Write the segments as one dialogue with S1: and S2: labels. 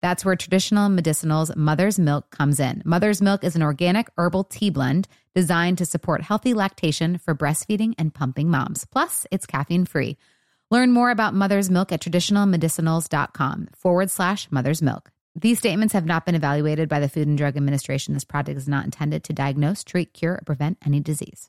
S1: That's where traditional medicinals Mother's Milk comes in. Mother's Milk is an organic herbal tea blend designed to support healthy lactation for breastfeeding and pumping moms. Plus, it's caffeine free. Learn more about mother's milk at traditionalmedicinals.com forward slash mother's milk. These statements have not been evaluated by the Food and Drug Administration. This product is not intended to diagnose, treat, cure, or prevent any disease.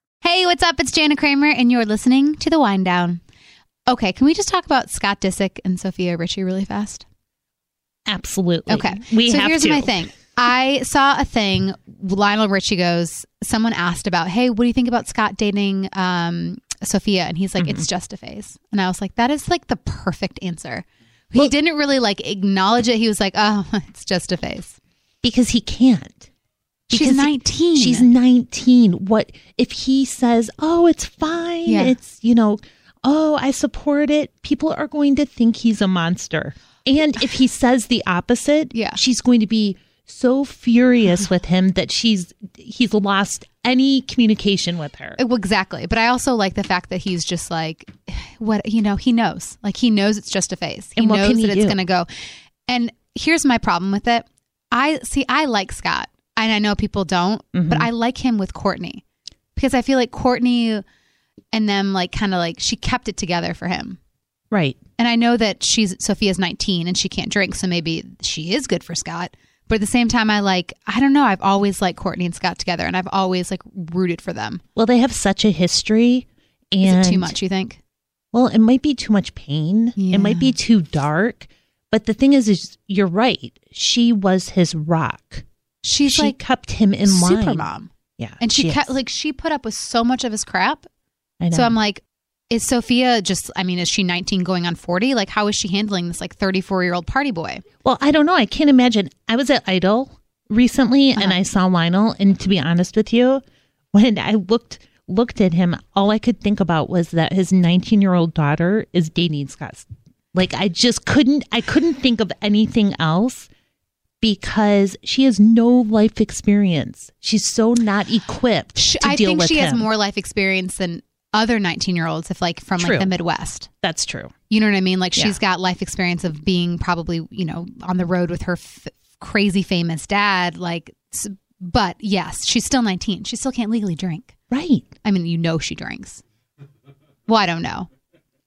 S1: Hey, what's up? It's Jana Kramer, and you're listening to The Wind Down. Okay, can we just talk about Scott Disick and Sophia Richie really fast?
S2: Absolutely.
S1: Okay.
S2: We
S1: so
S2: have
S1: here's
S2: to.
S1: my thing. I saw a thing. Lionel Richie goes. Someone asked about, hey, what do you think about Scott dating um, Sophia? And he's like,
S2: Mm-hmm.
S1: it's just a phase. And I was like, that is like the perfect answer. He didn't really like acknowledge it. He was like, oh, it's just a phase.
S2: Because he can't.
S1: She's
S2: Because he-
S1: 19.
S2: She's 19. What if he says, "Oh, it's fine.
S1: Yeah.
S2: It's, you know, oh, I support it." People are going to think he's a monster. And if he says the opposite,
S1: Yeah.
S2: she's going to be so furious with him that she's he's lost any communication with her.
S1: Well, Exactly. But I also like the fact that he's just like, what, you know, he knows. Like, he knows it's just a phase. He
S2: And what
S1: knows
S2: can he
S1: that it's
S2: do?
S1: going to go. And here's my problem with it. I see, I like Scott, and I know people don't, but
S2: Mm-hmm.
S1: I like him with Courtney because I feel like Courtney and them, like, kind of like she kept it together for him.
S2: Right.
S1: And I know that she's Sophia's 19 and she can't drink, so maybe she is good for Scott. But at the same time, I like, I don't know, I've always liked Courtney and Scott together, and I've always like rooted for them.
S2: Well, they have such a history
S1: Is
S2: and
S1: it too much, you think?
S2: Well, it might be too much pain.
S1: Yeah.
S2: It might be too dark. But the thing is, is you're right. She was his rock.
S1: She's
S2: she
S1: like
S2: kept him in line.
S1: super mom,
S2: Yeah,
S1: and she, kept
S2: is.
S1: like she put up with so much of his crap.
S2: I know.
S1: So I'm like, is Sophia just? I mean, is she 19 going on 40? Like, how is she handling this like 34 year old party boy?
S2: well, I don't know. I can't imagine. I was at Idol recently, and
S1: Uh-huh.
S2: I saw Lionel. And to be honest with you, when I looked looked at him, all I could think about was that his 19 year old daughter is dating Scott. Like I just couldn't. I couldn't think of anything else because she has no life experience. She's so not equipped
S1: Sh
S2: to
S1: I
S2: deal
S1: think
S2: with
S1: she has
S2: him.
S1: more life experience than other 19 year olds, if like from
S2: True.
S1: like the Midwest.
S2: That's true.
S1: You know what I mean? Like
S2: Yeah.
S1: she's got life experience of being probably you know on the road with her f- crazy famous dad. Like, s- but yes, she's still 19. She still can't legally drink.
S2: Right.
S1: I mean, you know she drinks. Well, I don't know.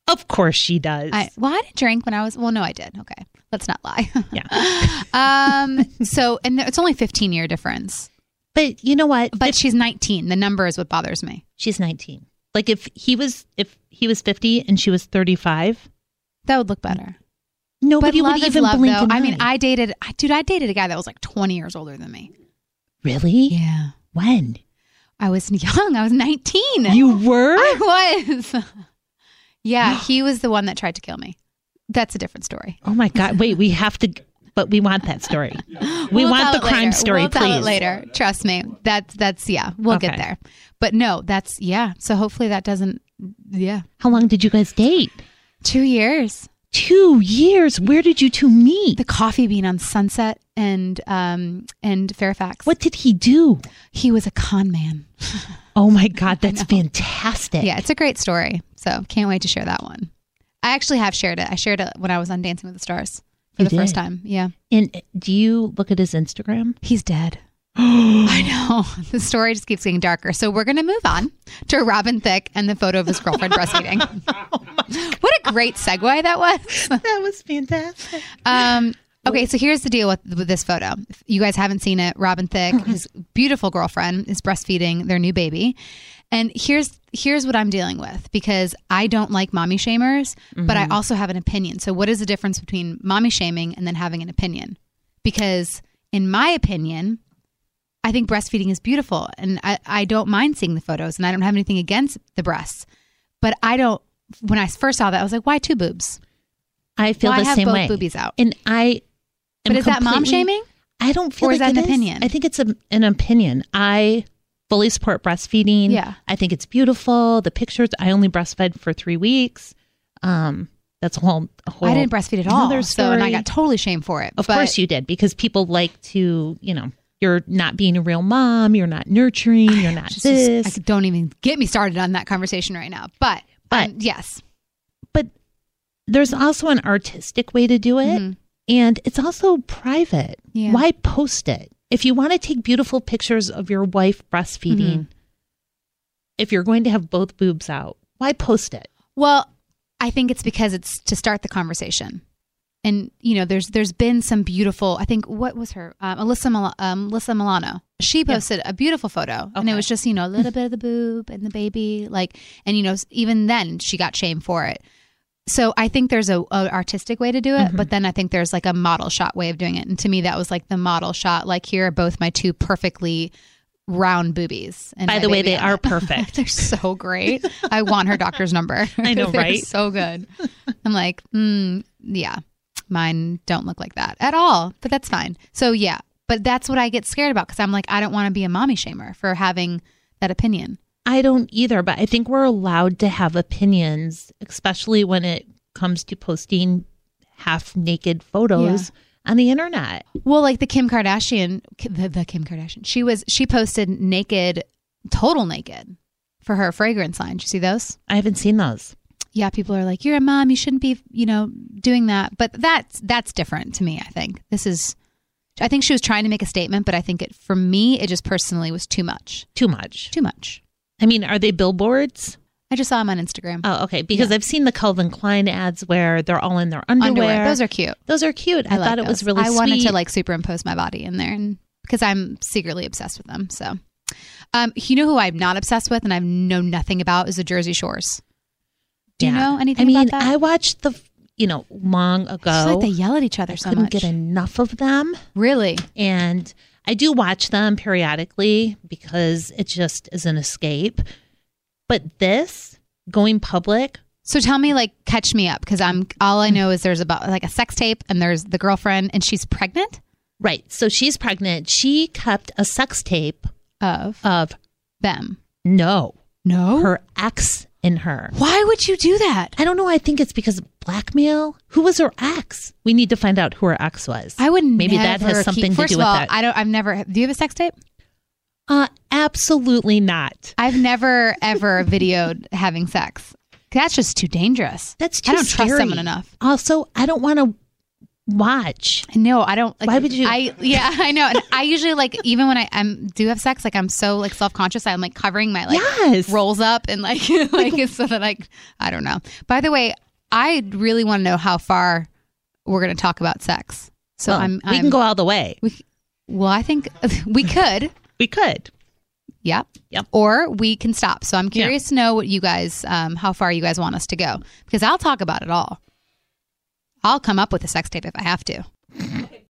S2: Of course she does.
S1: I well, I didn't drink when I was. Well, no, I did. Okay, let's not lie.
S2: yeah.
S1: um. So, and it's only fifteen year difference,
S2: But you know what?
S1: but she's nineteen. The number is what bothers me.
S2: She's 19. Like if he was if he was 50 and she was 35,
S1: That would look better.
S2: nobody
S1: but love
S2: would
S1: is
S2: even
S1: love,
S2: blink
S1: though.
S2: an
S1: I mean,
S2: eye.
S1: I dated, I, dude, I dated a guy that was like twenty years older than me.
S2: really
S1: Yeah,
S2: when
S1: I was young. I was nineteen.
S2: you were
S1: I was. yeah, he was the one that tried to kill me. That's a different story.
S2: oh my god wait we have to but we want that story. We
S1: We'll tell
S2: want the
S1: it later.
S2: crime story,
S1: We'll
S2: please.
S1: tell it later. Trust me. That's that's yeah. We'll get
S2: Okay.
S1: there. But no, that's yeah. So hopefully that doesn't. Yeah,
S2: How long did you guys date?
S1: two years.
S2: Two years. Where did you two meet?
S1: The coffee bean on Sunset and um and Fairfax.
S2: What did he do?
S1: he was a con man.
S2: Oh my God, that's fantastic.
S1: Yeah, it's a great story. So can't wait to share that one. I actually have shared it. I shared it when I was on Dancing with the Stars for
S2: You
S1: the first
S2: did.
S1: time. Yeah,
S2: And do you look at his Instagram?
S1: he's dead. I know. The story just keeps getting darker. So we're going to move on to Robin Thicke and the photo of his girlfriend breastfeeding. what a great segue that was.
S2: That was fantastic.
S1: Um, okay, so here's the deal with, with this photo. If you guys haven't seen it. Robin Thicke, his beautiful girlfriend, is breastfeeding their new baby. And here's here's what I'm dealing with because I don't like mommy shamers, but I also have an opinion. So what is the difference between mommy shaming and then having an opinion? Because in my opinion, I think breastfeeding is beautiful and I, I don't mind seeing the photos and I don't have anything against the breasts. But I don't when I first saw that, I was like, why two boobs?
S2: I feel
S1: Why
S2: the
S1: have
S2: same
S1: both
S2: way.
S1: boobies out?
S2: And I. am
S1: But is that mom
S2: completely-
S1: shaming?
S2: I don't feel
S1: Or is
S2: like
S1: that an
S2: it
S1: opinion?
S2: I think it's a, an opinion. I fully support breastfeeding.
S1: Yeah.
S2: I think it's beautiful. The pictures. I only breastfed for three weeks. Um, that's a whole. A whole
S1: I didn't breastfeed at all.
S2: another
S1: So and I
S2: story.
S1: got totally shamed for it.
S2: Of
S1: but
S2: course you did, because people like to, you know, you're not being a real mom, you're not nurturing, you're not
S1: just-
S2: this.
S1: I don't even get me started on that conversation right now. But
S2: But-
S1: um, yes,
S2: but there's also an artistic way to do it, and it's also private.
S1: Mm-hmm. Yeah.
S2: Why post it? If you want to take beautiful pictures of your wife breastfeeding,
S1: Mm-hmm.
S2: if you're going to have both boobs out, why post it?
S1: well, I think it's because it's to start the conversation. And you know, there's there's been some beautiful. I think what was her um, Alyssa Mil- um, Alyssa Milano. She posted a beautiful photo, and it
S2: Okay.
S1: was just you know a little bit of the boob and the baby, like, and you know even then she got shamed for it. So I think there's a, a artistic way to do it,
S2: Mm-hmm.
S1: but then I think there's like a model shot way of doing it. And to me, that was like the model shot. Like here are both my two perfectly round boobies. And
S2: By
S1: my
S2: the way,
S1: baby
S2: they
S1: on
S2: are
S1: it.
S2: perfect.
S1: They're so great. I want her doctor's number.
S2: I know,
S1: They're
S2: right?
S1: So good. I'm like, mm, yeah, mine don't look like that at all, but that's fine. So yeah, but that's what I get scared about because I'm like, I don't want to be a mommy shamer for having that opinion.
S2: I don't either, but I think we're allowed to have opinions, especially when it comes to posting half naked photos on the internet.
S1: Well, like the Kim Kardashian, the, the Kim Kardashian, she was she posted naked, total naked, for her fragrance line. Did you see those?
S2: I haven't seen those.
S1: yeah, people are like, "You're a mom. You shouldn't be, you know, doing that." But that's that's different to me. I think this is. I think she was trying to make a statement, but I think it for me, it just personally was too much.
S2: Too much.
S1: Too much.
S2: I mean, are they billboards?
S1: I just saw him on Instagram.
S2: Oh, okay. Because I've seen the Calvin Klein ads where they're all in their underwear.
S1: Those are cute.
S2: those are cute. I,
S1: like
S2: thought it was
S1: those.
S2: really.
S1: I wanted
S2: sweet.
S1: to like superimpose my body in there, and because I'm secretly obsessed with them. So, um, you know who I'm not obsessed with, and I know nothing about is the Jersey Shores. Do you
S2: Yeah.
S1: know anything?
S2: I mean,
S1: about that?
S2: I watched the you know long ago.
S1: I feel like they yell at each other so
S2: couldn't
S1: much.
S2: get enough of them,
S1: really?
S2: and I do watch them periodically because it just is an escape. But this going public,
S1: So tell me, like, catch me up because I'm all I know is there's about like a sex tape and there's the girlfriend and she's pregnant
S2: right? So she's pregnant. She kept a sex tape
S1: of
S2: of
S1: them.
S2: no
S1: No,
S2: her ex in her.
S1: why would you do that?
S2: I don't know. I think it's because of blackmail. Who was her ex? We need to find out who her ex was.
S1: I would
S2: Maybe
S1: never
S2: that has something
S1: keep,
S2: to
S1: first
S2: do
S1: of
S2: with
S1: all,
S2: that.
S1: I don't. I've never. Do you have a sex tape?
S2: uh, absolutely not.
S1: I've never ever videoed having sex. That's just too dangerous.
S2: That's too
S1: I don't trust
S2: scary.
S1: someone enough.
S2: Also, I don't want to watch.
S1: No, I don't. Like,
S2: Why would you-
S1: I yeah, I know. And I usually like even when I am do have sex, like I'm so like self conscious. I'm like covering my like
S2: Yes.
S1: rolls up and like like it's so that like I don't know. By the way, I really want to know how far we're going to talk about sex. So
S2: Well,
S1: I'm,
S2: we
S1: I'm-
S2: can go all the way.
S1: We, well, I think we could.
S2: We could.
S1: Yep.
S2: Yep.
S1: Or we can stop. So I'm curious to know what you guys, um, how far you guys want us to go, because I'll talk about it all. I'll come up with a sex tape if I have to.